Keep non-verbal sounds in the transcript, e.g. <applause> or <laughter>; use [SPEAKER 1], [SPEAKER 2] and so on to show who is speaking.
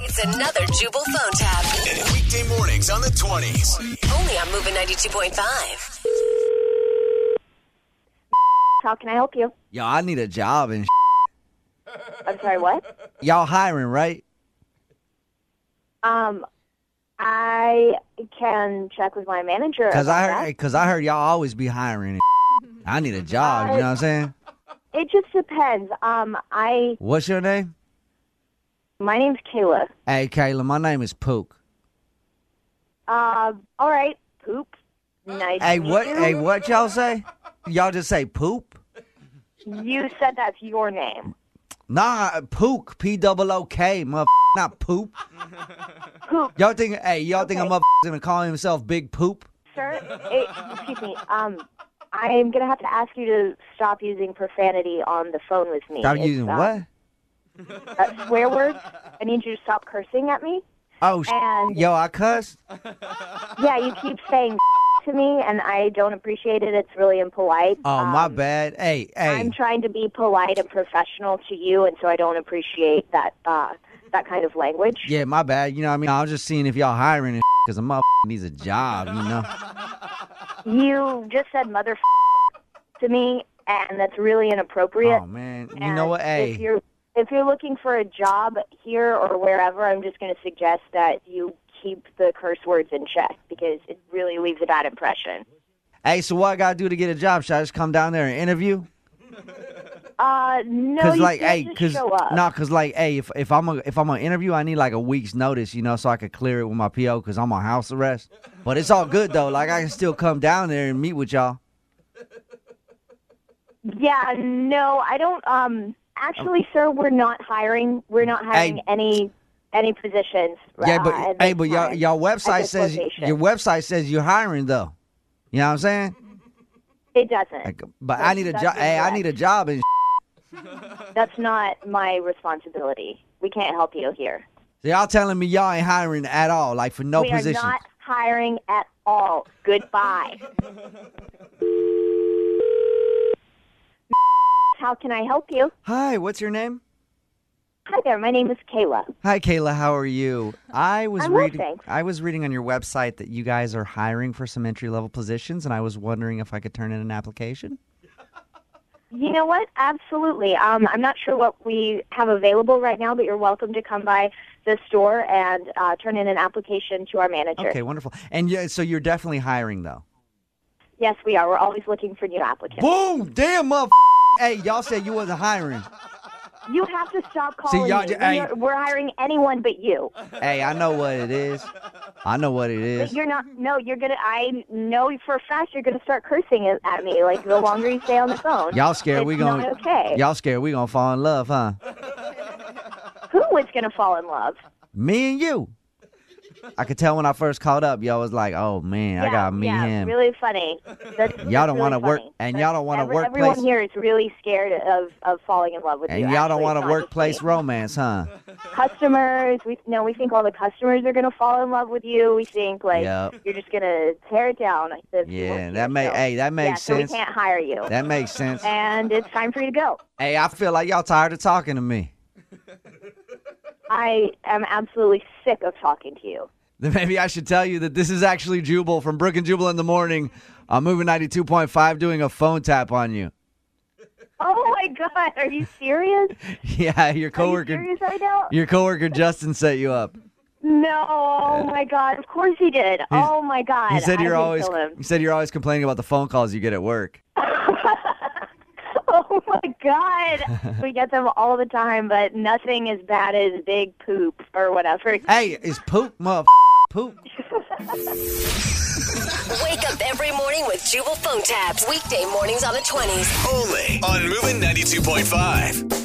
[SPEAKER 1] It's another Jubal phone tab.
[SPEAKER 2] Weekday mornings on the 20s.
[SPEAKER 1] Only on Moving 92.5.
[SPEAKER 3] How can I help you?
[SPEAKER 4] Yo, I need a job and
[SPEAKER 3] I'm sorry, what?
[SPEAKER 4] y'all hiring, right?
[SPEAKER 3] Um, I can check with my manager.
[SPEAKER 4] Cause
[SPEAKER 3] about
[SPEAKER 4] I heard,
[SPEAKER 3] that.
[SPEAKER 4] cause I heard y'all always be hiring. And I need a job. You know what I'm saying?
[SPEAKER 3] it just depends. Um, I
[SPEAKER 4] What's your name?
[SPEAKER 3] my name's Kayla.
[SPEAKER 4] Hey, Kayla, my name is Pook.
[SPEAKER 3] Um, all right, poop. Nice.
[SPEAKER 4] Hey,
[SPEAKER 3] to meet
[SPEAKER 4] what?
[SPEAKER 3] You.
[SPEAKER 4] Hey, what y'all say? Y'all just say poop?
[SPEAKER 3] You said that's your name.
[SPEAKER 4] Nah, Pook, P double O K, mother, not poop.
[SPEAKER 3] Poop,
[SPEAKER 4] Y'all think? Hey, y'all think a
[SPEAKER 3] Okay.
[SPEAKER 4] mother gonna call himself Big Poop?
[SPEAKER 3] sir. It, excuse me. Um, I am gonna have to ask you to stop using profanity on the phone with me.
[SPEAKER 4] Stop
[SPEAKER 3] It's,
[SPEAKER 4] using
[SPEAKER 3] um,
[SPEAKER 4] what?
[SPEAKER 3] Uh, swear words. I need you to stop cursing at me.
[SPEAKER 4] Oh, sh-
[SPEAKER 3] and-
[SPEAKER 4] yo, I cussed.
[SPEAKER 3] Yeah, you keep saying <laughs> to me, and I don't appreciate it. It's really impolite.
[SPEAKER 4] Oh, my
[SPEAKER 3] Um,
[SPEAKER 4] bad. Hey, hey,
[SPEAKER 3] I'm trying to be polite and professional to you, and so I don't appreciate that uh, that kind of language.
[SPEAKER 4] yeah, my bad. You know what I mean? I was just seeing if y'all hiring and cause a mother needs a job. You know.
[SPEAKER 3] You just said mother <laughs> to me, and that's really inappropriate.
[SPEAKER 4] Oh man, you
[SPEAKER 3] And
[SPEAKER 4] know what?
[SPEAKER 3] If
[SPEAKER 4] Hey,
[SPEAKER 3] you're if you're looking for a job here or wherever, I'm just going to suggest that you keep the curse words in check because it really leaves a bad impression.
[SPEAKER 4] hey. So what I gotta do to get a job? Should I just come down there and interview?
[SPEAKER 3] Uh, no, you
[SPEAKER 4] like,
[SPEAKER 3] can't
[SPEAKER 4] hey,
[SPEAKER 3] just
[SPEAKER 4] cause
[SPEAKER 3] show up.
[SPEAKER 4] nah, cause like, hey, if if I'm a, if I'm gonna interview, I need like a week's notice, you know, so I could clear it with my PO, cause I'm on house arrest. But it's all good though. Like I can still come down there and meet with y'all.
[SPEAKER 3] Yeah, no, I don't. Um, actually, sir, we're not hiring. We're not hiring any any positions.
[SPEAKER 4] yeah,
[SPEAKER 3] uh,
[SPEAKER 4] but
[SPEAKER 3] at
[SPEAKER 4] hey,
[SPEAKER 3] this
[SPEAKER 4] but y'all
[SPEAKER 3] time.
[SPEAKER 4] y'all website
[SPEAKER 3] this
[SPEAKER 4] says
[SPEAKER 3] location.
[SPEAKER 4] your website says you're hiring though. You know what I'm saying?
[SPEAKER 3] it doesn't.
[SPEAKER 4] Like, but I need a
[SPEAKER 3] That's
[SPEAKER 4] job. Hey, I
[SPEAKER 3] incorrect.
[SPEAKER 4] need a job and.
[SPEAKER 3] That's not my responsibility. We can't help you here.
[SPEAKER 4] So y'all telling me y'all ain't hiring at all, like for no
[SPEAKER 3] we
[SPEAKER 4] position.
[SPEAKER 3] are not hiring at all.
[SPEAKER 4] <laughs>
[SPEAKER 3] Goodbye. How can I help you?
[SPEAKER 4] Hi, what's your name?
[SPEAKER 3] Hi there. My name is Kayla.
[SPEAKER 4] Hi Kayla, how are you? I was
[SPEAKER 3] I'm well,
[SPEAKER 4] reading
[SPEAKER 3] thanks.
[SPEAKER 4] I was reading on your website that you guys are hiring for some entry level positions and I was wondering if I could turn in an application.
[SPEAKER 3] You know what? Absolutely. Um, I'm not sure what we have available right now, but you're welcome to come by the store and uh, turn in an application to our manager.
[SPEAKER 4] Okay, wonderful. And yeah, so you're definitely hiring though.
[SPEAKER 3] Yes, we are. We're always looking for new applicants.
[SPEAKER 4] Boom! Damn mother Hey, y'all said you wasn't hiring.
[SPEAKER 3] You have to stop
[SPEAKER 4] See,
[SPEAKER 3] calling
[SPEAKER 4] y'all
[SPEAKER 3] me.
[SPEAKER 4] ju-
[SPEAKER 3] We
[SPEAKER 4] hey.
[SPEAKER 3] are, we're hiring anyone but you.
[SPEAKER 4] Hey, I know what it is. I know what it
[SPEAKER 3] But
[SPEAKER 4] is.
[SPEAKER 3] you're not. No, you're gonna. I know for a fact you're gonna start cursing at- at me. Like the longer you stay on the phone.
[SPEAKER 4] Y'all scared
[SPEAKER 3] It's
[SPEAKER 4] we gonna
[SPEAKER 3] not okay.
[SPEAKER 4] Y'all scared we gonna fall in love, huh?
[SPEAKER 3] Who is gonna fall in love?
[SPEAKER 4] Me and you. I could tell when I first called up, y'all was like, "Oh man, I
[SPEAKER 3] yeah,
[SPEAKER 4] gotta meet
[SPEAKER 3] yeah,
[SPEAKER 4] him."
[SPEAKER 3] Really funny. That's,
[SPEAKER 4] <laughs> Y'all don't
[SPEAKER 3] want
[SPEAKER 4] wanna
[SPEAKER 3] to
[SPEAKER 4] work- and y'all don't wanna
[SPEAKER 3] Everyone
[SPEAKER 4] workplace-
[SPEAKER 3] here is really scared of, of falling in love with
[SPEAKER 4] and
[SPEAKER 3] you.
[SPEAKER 4] y'all don't
[SPEAKER 3] want
[SPEAKER 4] want a workplace romance, huh?
[SPEAKER 3] Customers, we no, we think all the customers are gonna fall in love with you. We think like
[SPEAKER 4] Yep.
[SPEAKER 3] you're just gonna tear it down. The
[SPEAKER 4] Yeah,
[SPEAKER 3] people
[SPEAKER 4] that may-
[SPEAKER 3] here, so-
[SPEAKER 4] hey, that
[SPEAKER 3] yeah,
[SPEAKER 4] makes
[SPEAKER 3] so
[SPEAKER 4] sense.
[SPEAKER 3] we can't Eh. hire you,
[SPEAKER 4] That makes sense.
[SPEAKER 3] and it's time for you to go.
[SPEAKER 4] Hey, I feel like y'all tired of talking to me. <laughs>
[SPEAKER 3] I am absolutely sick of talking to you.
[SPEAKER 4] Then maybe I should tell you that this is actually Jubal from Brook and Jubal in the morning. uh, I'm moving 92.5, doing a phone tap on you. <laughs>
[SPEAKER 3] Oh my God, are you serious?
[SPEAKER 4] Yeah, your
[SPEAKER 3] Are you
[SPEAKER 4] coworker,
[SPEAKER 3] serious right now?
[SPEAKER 4] your coworker Justin set you up.
[SPEAKER 3] No, oh my God, of course he did. oh my God,
[SPEAKER 4] He said
[SPEAKER 3] I
[SPEAKER 4] you're
[SPEAKER 3] would
[SPEAKER 4] always,
[SPEAKER 3] kill him.
[SPEAKER 4] he said you're always complaining about the phone calls you get at work.
[SPEAKER 3] <laughs> Oh my
[SPEAKER 4] <laughs>
[SPEAKER 3] god. we get them all the time, but nothing as bad as big poop or whatever.
[SPEAKER 4] Hey, is poop, mother poop?
[SPEAKER 1] Wake up every morning with Jubal phone tabs. Weekday mornings on the 20s.
[SPEAKER 2] Only on Moving 92.5.